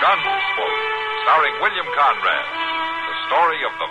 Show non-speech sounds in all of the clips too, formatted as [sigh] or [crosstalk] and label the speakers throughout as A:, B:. A: Gunsmoke, starring William Conrad. The story of the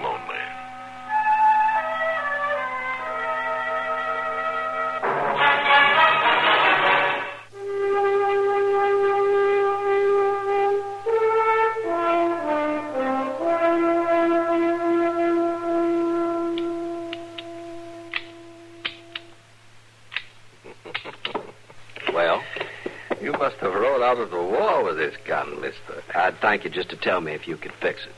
B: lonely.
C: Well,
D: You must have rode out of the war with this gun, mister.
C: I'd thank you just to tell me if you could fix it.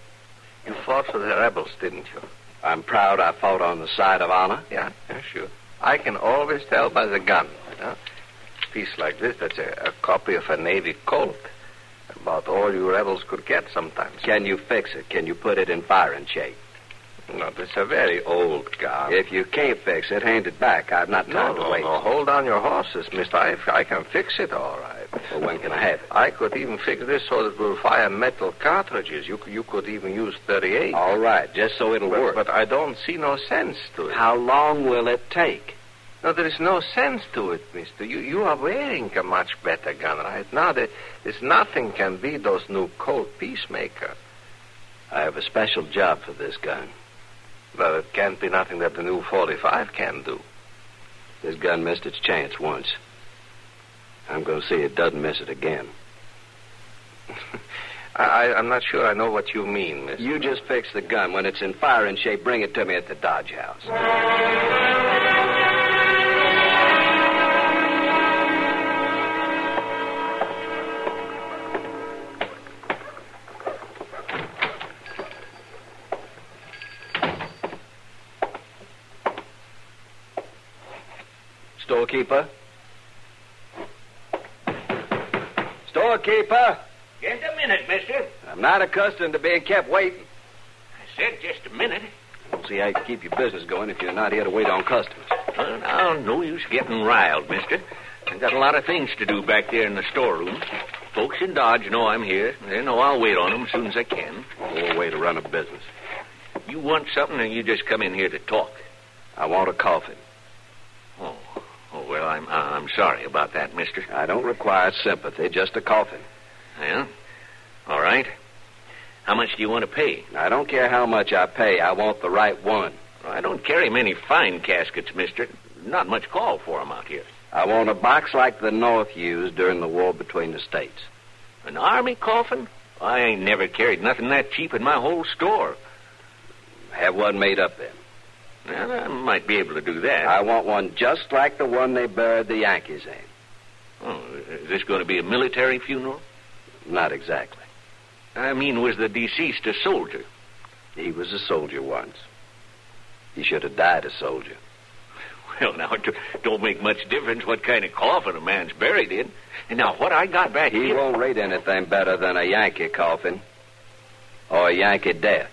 D: You fought for the rebels, didn't you?
C: I'm proud I fought on the side of honor.
D: Yeah, yeah, sure. I can always tell by the gun. Huh? Piece like this, that's a, a copy of a Navy Colt. About all you rebels could get sometimes.
C: Can you fix it? Can you put it in firing shape?
D: No, this is a very old gun.
C: If you can't fix it, hand it back. I've not
D: no,
C: time
D: no,
C: to wait.
D: no, hold on your horses, mister. I, I can fix it all right.
C: Well, when can I have it?
D: I could even fix this so that we'll fire metal cartridges. You, c- you could even use 38.
C: All right, just so it'll
D: but,
C: work.
D: but I don't see no sense to it.
C: How long will it take?
D: No, there is no sense to it, mister. You, you are wearing a much better gun right now. There is nothing can be those new Colt Peacemaker.
C: I have a special job for this gun.
D: But it can't be nothing that the new 45 can do.
C: This gun missed its chance once. I'm going to see it doesn't miss it again.
D: [laughs] I, I, I'm not sure I know what you mean, mister.
C: You just fix the gun. When it's in firing shape, bring it to me at the Dodge House. Storekeeper? Storekeeper?
E: Just a minute, mister.
C: I'm not accustomed to being kept waiting.
E: I said just a minute.
C: Don't see how you can keep your business going if you're not here to wait on customers.
E: Well, now, no use getting riled, mister. I got a lot of things to do back there in the storeroom. Folks in Dodge know I'm here. They know I'll wait on 'em as soon as I can.
C: Poor way to run a business.
E: You want something, or you just come in here to talk?
C: I want a coffin.
E: Oh, oh well, I'm I'm sorry about that, mister.
C: I don't require sympathy, just a coffin.
E: Well, all right. How much do you want to pay?
C: I don't care how much I pay, I want the right one.
E: I don't carry many fine caskets, mister. Not much call for 'em out here.
C: I want a box like the North used during the war between the states.
E: An army coffin? I ain't never carried nothing that cheap in my whole store.
C: Have one made up then.
E: Well, I might be able to do that.
C: I want one just like the one they buried the Yankees in.
E: Oh, is this going to be a military funeral?
C: Not exactly.
E: I mean, was the deceased a soldier? [laughs]
C: He was a soldier once. He should have died a soldier.
E: Well, now, it don't make much difference what kind of coffin a man's buried in. And now, what I got back
C: He
E: here...
C: won't rate anything better than a Yankee coffin or a Yankee death.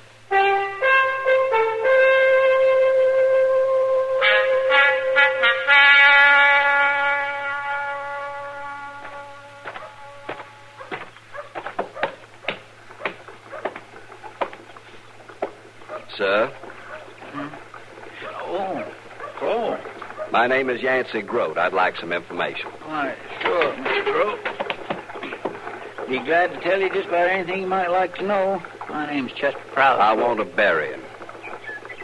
C: Sir,
F: Oh, oh,
C: my name is Yancey Grote. I'd like some information.
F: why, sure, Mr. Crow. Be glad to tell you just about anything you might like to know. My name's Chester Prowse.
C: I want to bury him,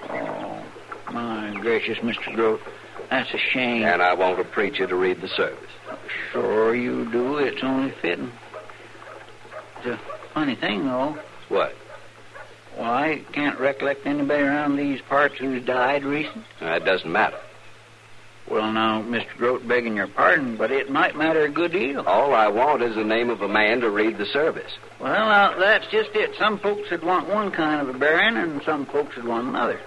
F: Oh, my gracious, Mr. Grote. That's a shame.
C: and I want a preacher to read the service.
F: Sure you do. It's only fitting. It's a funny thing, though.
C: What?
F: Well, I can't recollect anybody around these parts who's died recent.
C: Uh, It doesn't matter.
F: Well, now, Mr. Grote, begging your pardon, but it might matter a good deal.
C: All I want is the name of a man to read the service.
F: Well, now, that's just it. Some folks would want one kind of a bearing, and some folks would want another.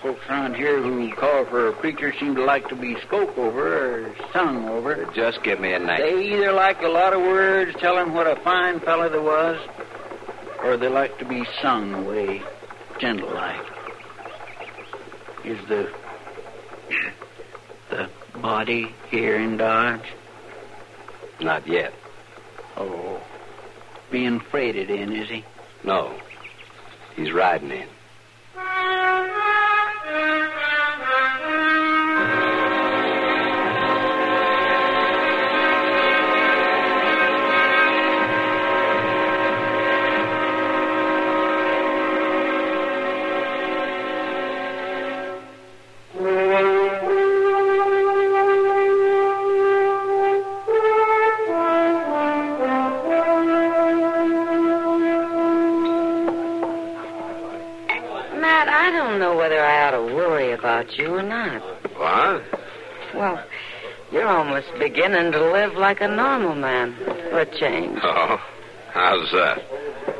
F: Folks around here who call for a preacher seem to like to be spoke over or sung over.
C: Just give me a name.
F: They either like a lot of words, tell him what a fine fellow they was, or they like to be sung away, gentle like. Is the the body here in Dodge?
C: Not yet.
F: Oh, being freighted in, is he?
C: No. He's riding in.
G: Matt, I don't know whether I ought to worry about you or not.
B: What? [laughs]
G: Well, you're almost beginning to live like a normal man for a change.
B: Oh, how's that?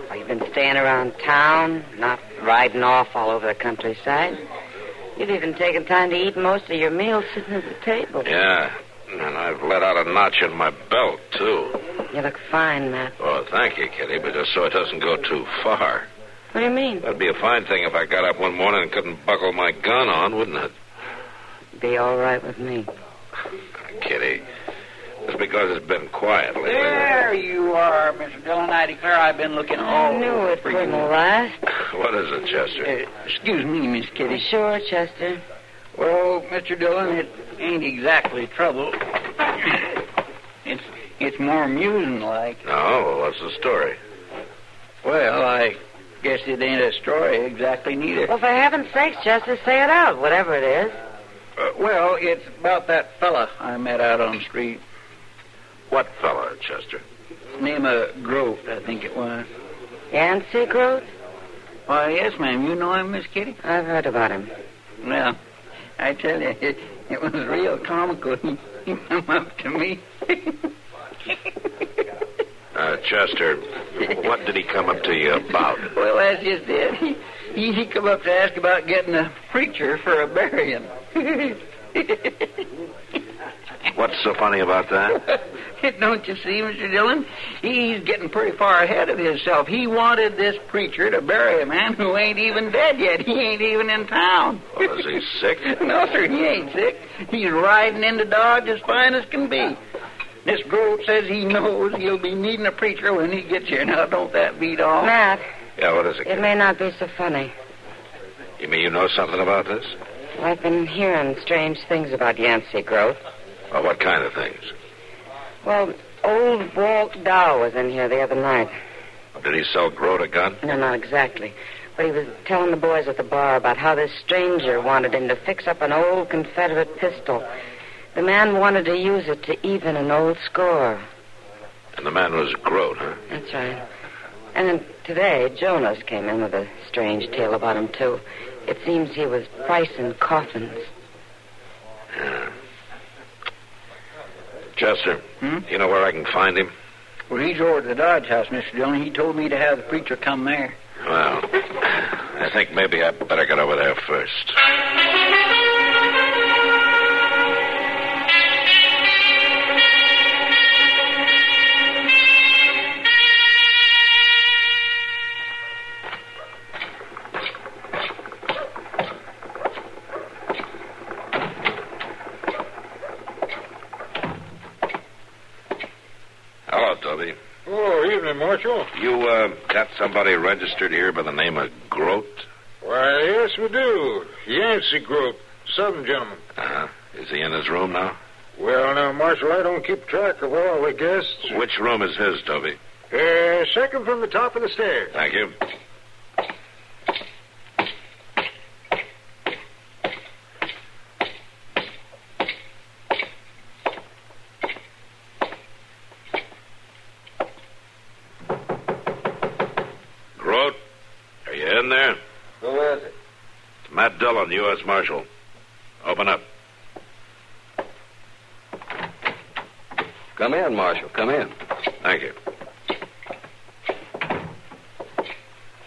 G: Well, You've been staying around town, not riding off all over the countryside. You've even taken time to eat most of your meals sitting at the table.
B: Yeah, and I've let out a notch in my belt, too.
G: You look fine, Matt.
B: Oh, thank you, Kitty, but just so it doesn't go too far.
G: What do you mean?
B: That'd be a fine thing if I got up one morning and couldn't buckle my gun on, wouldn't it?
G: Be all right with me.
B: Kitty, it's because it's been quiet lately.
F: There you are, Mr. Dillon. I declare I've been looking
B: Oh,
F: all
G: I knew it
F: for you.
G: wouldn't last.
B: What is it, Chester?
F: Uh, excuse me, Miss Kitty.
G: Sure, Chester.
F: Well, Mr. Dillon, it ain't exactly trouble. [coughs] it's it's more amusing like.
B: No, what's the story?
F: Well, I guess it ain't a story exactly neither.
G: Well, for heaven's sake, Chester, say it out, whatever it is.
F: Uh, well, it's about that fella I met out on the street.
B: What fella, Chester?
F: Name of Grote, I think it was.
G: Yancey Grote?
F: Why, yes, ma'am. You know him, Miss Kitty?
G: I've heard about him.
F: Well, I tell you, it, it was real comical. [laughs] He, he come up to me. [laughs]
B: Uh, Chester, what did he come up to you about?
F: Well, that's just it. He, he, he come up to ask about getting a preacher for a [laughs] burying.
B: What's so funny about that?
F: [laughs] Don't you see, Mr. Dillon? He's getting pretty far ahead of himself. He wanted this preacher to bury a man who ain't even dead yet. He ain't even in town.
B: Well, is he sick?
F: [laughs] No, sir, he ain't sick. He's riding into Dodge as fine as can be. This Grove says he knows he'll be needing a preacher when he gets here. Now, don't that beat all?
G: Matt,
B: Yeah, what is it?
G: it
B: Kitty?
G: may not be so funny.
B: You mean you know something about this?
G: I've been hearing strange things about Yancey Grote.
B: Well, what kind of things?
G: Well, old Walt Dow was in here the other night.
B: Did he sell Grote a gun?
G: No, not exactly. But he was telling the boys at the bar about how this stranger wanted him to fix up an old Confederate pistol. The man wanted to use it to even an old score.
B: And the man was Grote, huh?
G: That's right. And then today, Jonas came in with a strange tale about him, too. It seems he was pricing coffins.
B: Yeah. Chester,
F: Hmm?
B: you know where I can find him?
F: Well, he's over at the Dodge house, Mr. Dillon. He told me to have the preacher come there.
B: Well, I think maybe I better get over there first. Hello, Toby.
H: Oh, evening, Marshal.
B: You uh, got somebody registered here by the name of Grote?
H: Why, yes, we do. Yancey Group, Southern gentleman.
B: Uh-huh. Is he in his room now?
H: Well, now, Marshal, I don't keep track of all the guests.
B: Which room is his, Toby?
H: Uh, second from the top of the stairs.
B: Thank you. Grote, are you in there?
D: Who is it?
B: It's Matt Dillon, U.S. Marshal. Open up.
C: Come in, Marshal. Come in.
B: Thank you.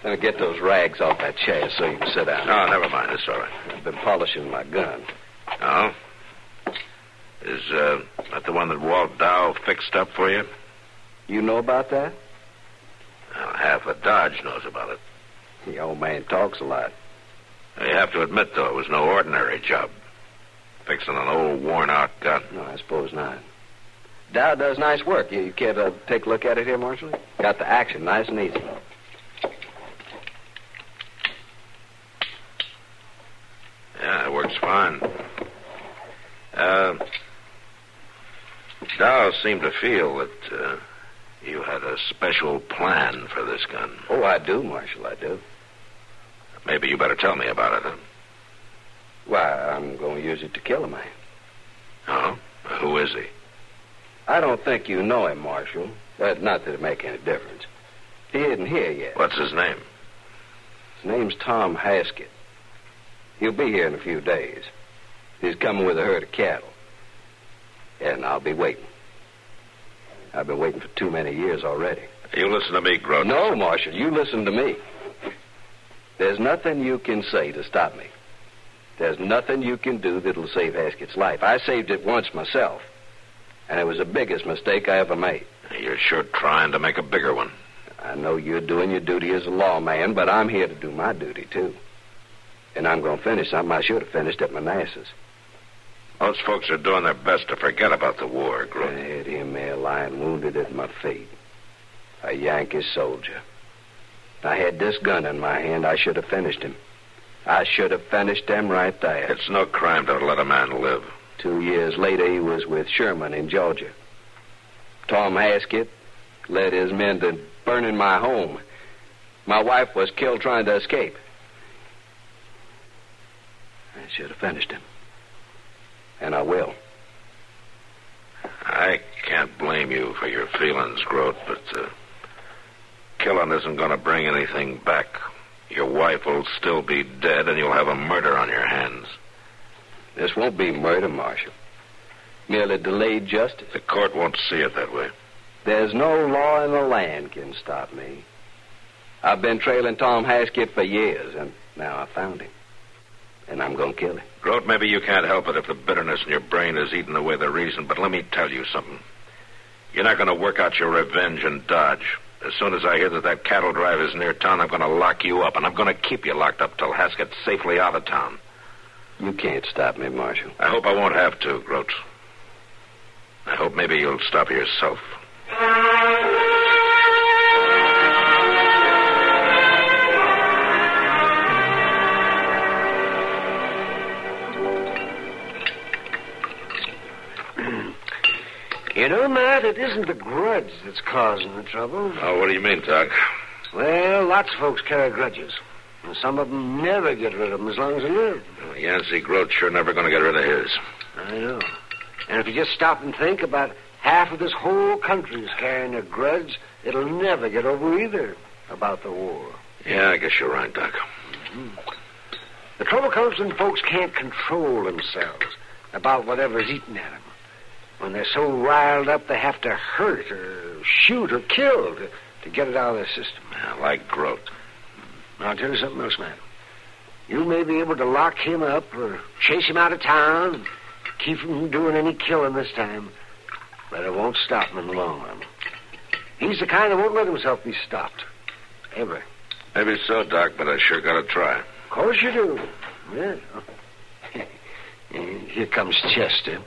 C: Gonna get those rags off that chair so you can sit down.
B: No, never mind. It's all right.
C: I've been polishing my gun.
B: No? Is uh, that the one that Walt Dow fixed up for you?
C: You know about that?
B: Well, half a Dodge knows about it.
C: The old man talks a lot.
B: You have to admit, though, it was no ordinary job. Fixing an old, worn-out gun.
C: No, I suppose not. Dow does nice work. You, you care to take a look at it here, Marshal? Got the action nice and easy.
B: Yeah, it works fine. Uh, Dow seemed to feel that uh, you had a special plan for this gun.
C: Oh, I do, Marshal, I do.
B: Maybe you better tell me about it, huh?
C: Why, I'm going to use it to kill a man.
B: Oh? Who is he?
C: I don't think you know him, Marshal. Uh, not that it make any difference. He isn't here yet.
B: What's his name?
C: His name's Tom Haskett. He'll be here in a few days. He's coming with a herd of cattle. And I'll be waiting. I've been waiting for too many years already.
B: You listen to me, Groton.
C: No, Marshal, you listen to me. There's nothing you can say to stop me. There's nothing you can do that'll save Haskett's life. I saved it once myself, and it was the biggest mistake I ever made.
B: You're sure trying to make a bigger one.
C: I know you're doing your duty as a lawman, but I'm here to do my duty, too. And I'm going to finish something I should have finished at Manassas.
B: Most folks are doing their best to forget about the war,
C: I
B: Groton.
C: had him there lying wounded at my feet. A Yankee soldier. I had this gun in my hand. I should have finished him. I should have finished him right there.
B: It's no crime to let a man live.
C: Two years later, he was with Sherman in Georgia. Tom Haskett led his men to burning my home. My wife was killed trying to escape. I should have finished him. And I will.
B: I can't blame you for your feelings, Grote, but uh, killing isn't going to bring anything back. Your wife will still be dead, and you'll have a murder on your hands.
C: This won't be murder, Marshal. Merely delayed justice.
B: The court won't see it that way.
C: There's no law in the land can stop me. I've been trailing Tom Haskett for years, and now I found him. And I'm going to kill him.
B: Grote, maybe you can't help it if the bitterness in your brain is eating away the reason, but let me tell you something. You're not going to work out your revenge and dodge. As soon as I hear that that cattle drive is near town, I'm going to lock you up, and I'm going to keep you locked up till Haskett's safely out of town.
C: You can't stop me, Marshal.
B: I hope I won't have to, Grote. I hope maybe you'll stop yourself.
I: You know, Matt, it isn't the grudge that's causing the trouble.
B: Oh, what do you mean, Doc?
I: Well, lots of folks carry grudges. And some of them never get rid of them as long as they live.
B: Yancey Grote sure never going to get rid of his.
I: I know. And if you just stop and think about half of this whole country's carrying a grudge, it'll never get over either about the war. Mm-hmm.
B: Yeah, I guess you're right, Doc.
I: The trouble comes when folks can't control themselves about whatever's eating at them. When they're so riled up, they have to hurt or shoot or kill to, to get it out of their system.
B: I like Grote.
I: I'll tell you something else, man. You may be able to lock him up or chase him out of town, keep him from doing any killing this time, but it won't stop him in the long run. He's the kind that won't let himself be stopped. Ever. Of
B: Maybe so, Doc, but I sure got to try.
I: course you do. Yeah. [laughs] Here comes Chester,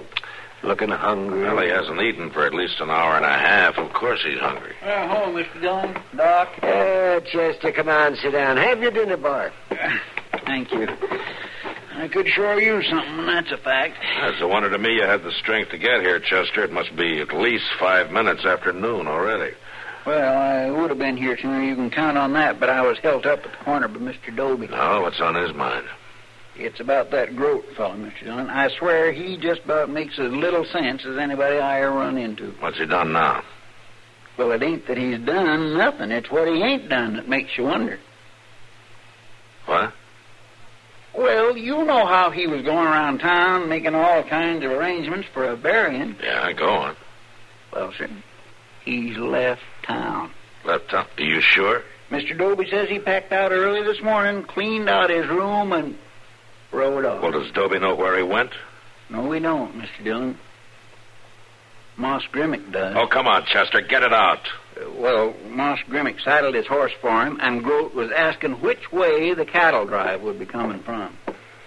I: looking hungry.
B: Well, he hasn't eaten for at least an hour and a half. Of course he's hungry.
F: Well, hello, Mr. Dillon. Doc.
I: Uh, Chester, come on, sit down. Have your dinner, Bart.
F: Thank you. I could sure use something, that's a fact.
B: That's a wonder to me you had the strength to get here, Chester. It must be at least five minutes after noon already.
F: Well, I would have been here sooner, you can count on that, but I was held up at the corner by Mr. Dolby.
B: Oh, what's on his mind?
F: It's about that Grote fellow, Mr. Dillon. I swear he just about makes as little sense as anybody I ever run into.
B: What's he done now?
F: Well, it ain't that he's done nothing. It's what he ain't done that makes you wonder.
B: What?
F: Well, you know how he was going around town making all kinds of arrangements for a burying.
B: Yeah, go on.
F: Well, sir, he's left town.
B: Left town. Are you sure?
F: Mr. Doby says he packed out early this morning, cleaned out his room, and rode off.
B: Well, does Dobie know where he went?
F: No, we don't, Mr. Dillon. Moss Grimmick does.
B: Oh, come on, Chester, get it out.
F: Uh, Well, Moss Grimmick saddled his horse for him, and Grote was asking which way the cattle drive would be coming from.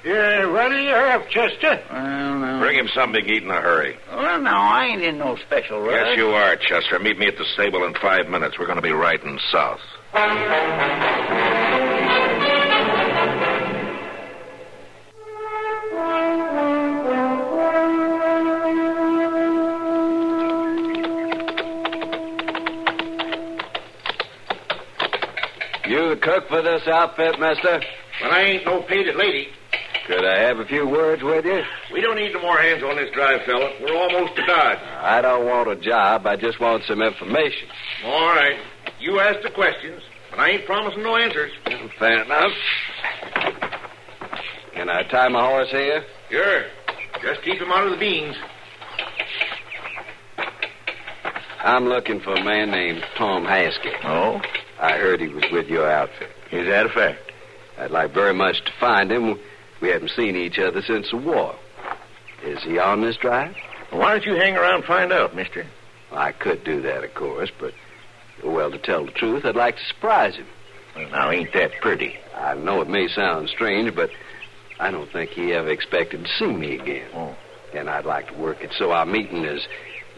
H: Yeah, Uh, what do you have, Chester?
F: Well, no.
B: Bring him something to eat in a hurry.
F: Well, no, I ain't in no special rush.
B: Yes, you are, Chester. Meet me at the stable in five minutes. We're going to be riding south.
C: You the cook for this outfit, mister?
J: Well, I ain't no painted lady.
C: Could I have a few words with you?
J: We don't need no more hands on this drive, fella. We're almost to Dodge.
C: I don't want a job. I just want some information.
J: All right. You ask the questions, but I ain't promising no answers.
C: Fair enough. Can I tie my horse here?
J: Sure. Just keep him out of the beans.
C: I'm looking for a man named Tom Haskett.
E: Oh?
C: I heard he was with your outfit.
E: Is that a fact?
C: I'd like very much to find him. We haven't seen each other since the war. Is he on this drive?
E: Why don't you hang around and find out, mister?
C: I could do that, of course, but, well, to tell the truth, I'd like to surprise him.
E: Well, now, ain't that pretty?
C: I know it may sound strange, but I don't think he ever expected to see me again.
E: Oh.
C: And I'd like to work it so our meeting is,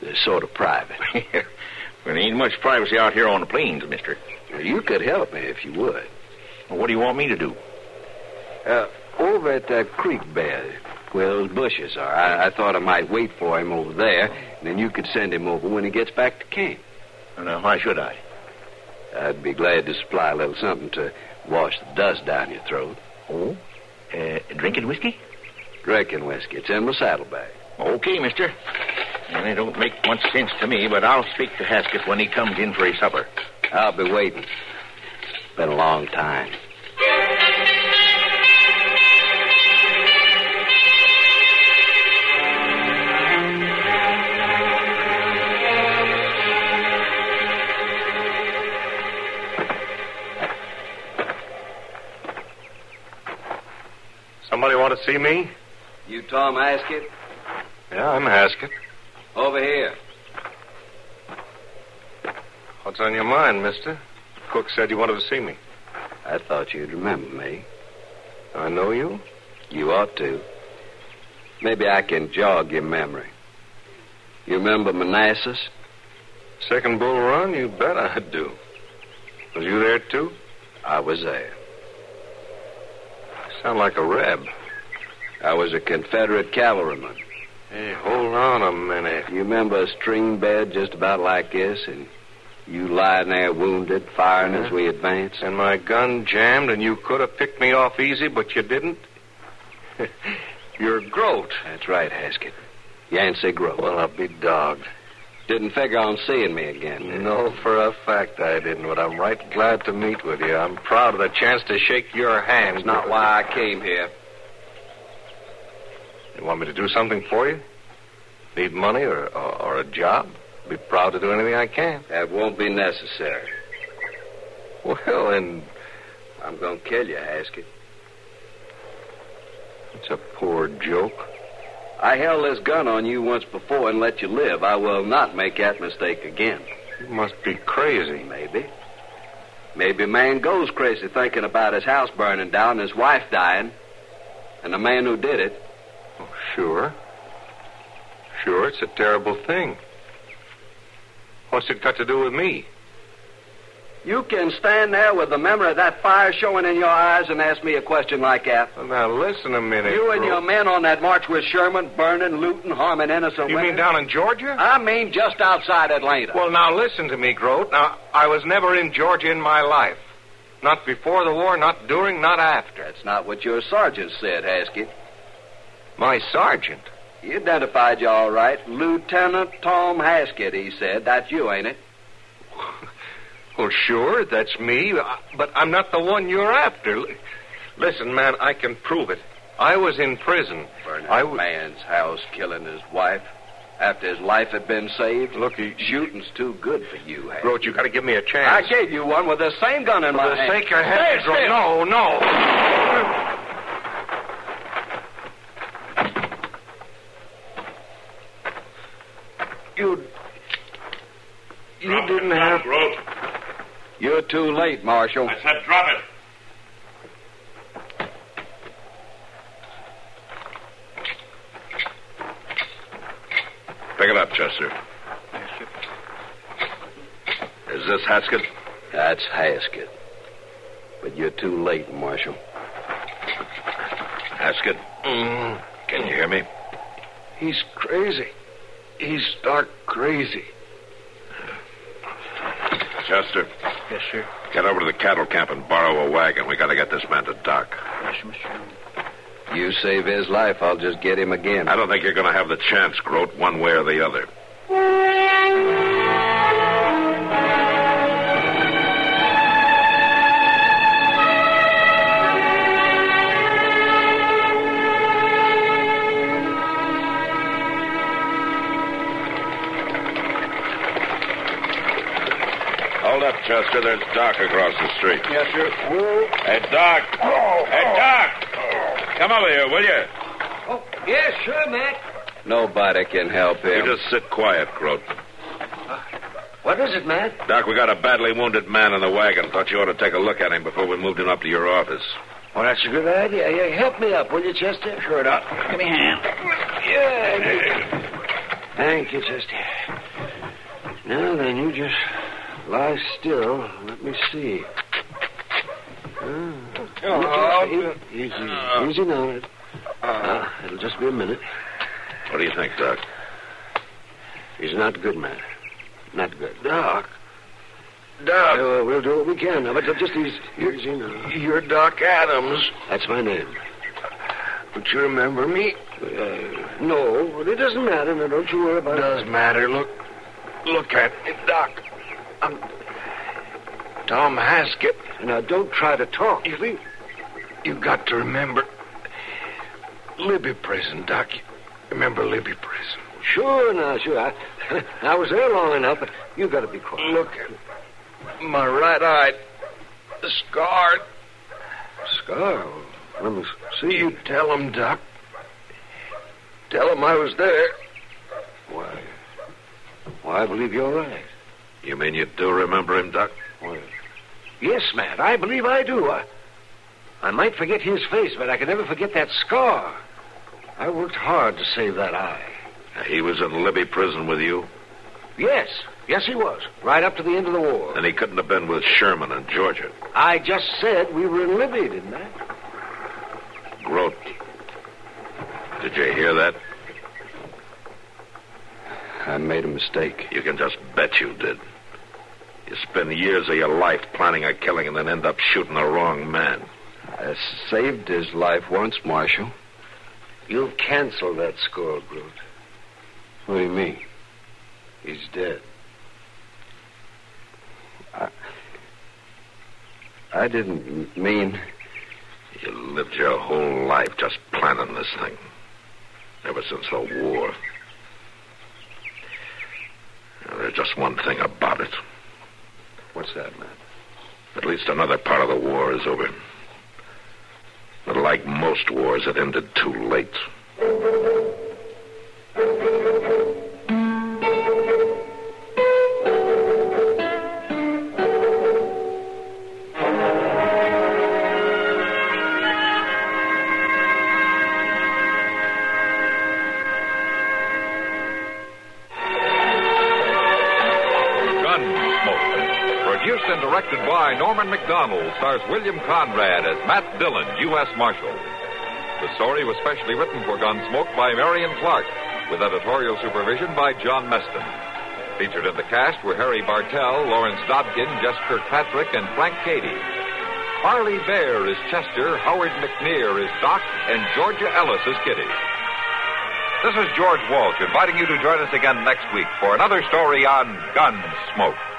C: is sort of private.
E: [laughs] well, there ain't much privacy out here on the plains, mister.
C: Now, you could help me if you would.
E: Well, what do you want me to do?
C: Uh, over at that creek bed, where those bushes are, I, I thought I might wait for him over there, and then you could send him over when he gets back to camp.
E: Now, Uh, why should I?
C: I'd be glad to supply a little something to wash the dust down your throat.
E: Oh? Uh, drinking whiskey?
C: Drinking whiskey. It's in my saddlebag.
E: Okay, mister. And it don't make much sense to me, but I'll speak to Haskett when he comes in for his supper.
C: I'll be waiting. Been a long time.
B: Somebody want to see me?
C: You Tom Haskett?
B: Yeah, I'm Haskett.
C: Over here.
B: What's on your mind, mister? Cook said you wanted to see me.
C: I thought you'd remember me.
B: I know you.
C: You ought to. Maybe I can jog your memory. You remember Manassas?
B: Second Bull Run? You bet I do. Was you there, too?
C: I was there.
B: Sound like a reb.
C: I was a Confederate cavalryman.
B: Hey, hold on a minute.
C: You remember a string bed just about like this, and you lying there wounded, firing
B: Uh-huh.
C: as we advanced?
B: And my gun jammed, and you could have picked me off easy, but you didn't? You're Groat.
C: That's right, Haskett. Yancey Grove.
B: Well, I'll be dogged.
C: Didn't figure on seeing me again. did you?
B: No, for a fact I didn't, but I'm right glad to meet with you. I'm proud of the chance to shake your hand.
C: That's not why I came here.
B: You want me to do something for you? Need money or, or, or a job? Be proud to do anything I can.
C: That won't be necessary.
B: Well, and
C: I'm going to kill you, Haskett.
B: it's a poor joke.
C: I held this gun on you once before and let you live. I will not make that mistake again.
B: You must be crazy.
C: Maybe. Maybe a man goes crazy thinking about his house burning down, his wife dying, and the man who did it.
B: Oh, sure. Sure, it's a terrible thing. What's it got to do with me?
C: You can stand there with the memory of that fire showing in your eyes and ask me a question like that.
B: Well, now, listen a minute.
C: You and
B: Groat.
C: your men on that march with Sherman, burning, looting, harming innocent
B: You
C: women.
B: mean down in Georgia?
C: I mean just outside Atlanta.
B: Well, now listen to me, Grote. Now, I was never in Georgia in my life. Not before the war, not during, not after.
C: That's not what your sergeant said, Haskett.
B: My sergeant.
C: He identified you all right. Lieutenant Tom Haskett, he said. That's you, ain't it?
B: Well, sure, that's me,
E: Uh,
B: but I'm not the one you're after. L- Listen, man, I can prove it. I was in prison.
C: Burning
B: I
C: a
B: w-
C: man's house, killing his wife.
K: After his life had been saved? Look, shooting's too good for you, Hank.
E: Groat, you gotta give me a
K: I
E: chance.
K: gave you one with the same gun in
E: For
K: my
E: the
K: hand.
E: sake of heaven,
K: Stay still.
E: Groat. No, no.
C: You. You
E: Drop
C: didn't
E: it,
C: have.
E: Groat.
K: You're too late, Marshal.
E: I said drop it. Pick it up, Chester. Is this Haskett?
K: That's Haskett. But you're too late, Marshal.
E: Haskett? Can you hear me?
C: He's crazy. He's stark crazy.
E: Chester,
L: Yes, sir.
E: get over to the cattle camp and borrow a wagon. We gotta get this man to Doc.
L: Yes, Mr. Jones.
K: You save his life, I'll just get him again.
E: I don't think you're gonna have the chance, Groat, one way or the other. Hold up, Chester. There's Doc across the street.
F: Yes, sir. Well,
E: Hey, Doc. Hey, Doc. Come over here, will you?
C: Oh, yes, sure, Mac.
K: Nobody can help him.
E: You just sit quiet, Groat.
C: What is it, Matt?
E: Doc, we got a badly wounded man in the wagon. Thought you ought to take a look at him before we moved him up to your office.
C: Well, that's a good idea. Yeah, help me up, will you, Chester? Sure, Doc.
L: Give me a hand.
C: Thank you, Chester. Now then, you just lie still. Let me see. Oh, easy, easy, easy now. It- Uh, it'll just be a minute.
E: What do you think, Doc?
C: He's not good, man. Not good. Doc. Doc. we'll do what we can. Now, but just easy, easy now.
F: you're Doc Adams.
C: That's my name.
F: But you remember me?
C: Uh, no, but it doesn't matter. Now, don't you worry about
F: Does matter. Look, look at me, Doc. I'm Tom Haskett.
C: it. Now, don't try to talk.
F: You think you got to remember Libby prison, Doc. You Remember Libby prison.
C: Sure, now, sure. I, [laughs] I was there long enough, but you got to be quiet.
F: Look at my right eye, scarred.
C: Scar. Let me see.
F: You tell him, Doc. Tell him I was there.
C: Why? Why, I believe you're right.
E: You mean you do remember him, Doc?
C: Why? Yes, Matt, I believe I do. I, I might forget his face, but I can never forget that scar. I worked hard to save that eye.
E: He was in Libby prison with you,
C: Yes, yes, he was. Right up to the end of the war.
E: and he couldn't have been with Sherman in Georgia.
C: I just said we were in Libby, didn't I?
E: Groat. Did you hear that?
K: I made a mistake.
E: You can just bet you did. You spend years of your life planning a killing and then end up shooting the wrong man.
K: I Uh, saved his life once, Marshal.
C: You've canceled that score, Groot.
K: What do you mean?
C: He's dead.
K: I didn't m- mean.
E: You lived your whole life just planning this thing. Ever since the war. Now, There's just one thing about it.
C: What's that, Matt?
E: At least another part of the war is over. But like most wars, it ended too late.
B: Gunsmoke. Produced and directed by Norman McDonald, stars William Conrad as Matt Dillon, U.S. Marshal. The story was specially written for Gunsmoke by Marion Clark, with editorial supervision by John Meston. Featured in the cast were Harry Bartell, Lawrence Dobkin, Jess Kirkpatrick, and Frank Cady. Harley Bear is Chester, Howard McNear is Doc, and Georgia Ellis is Kitty. This is George Walsh inviting you to join us again next week for another story on Gunsmoke.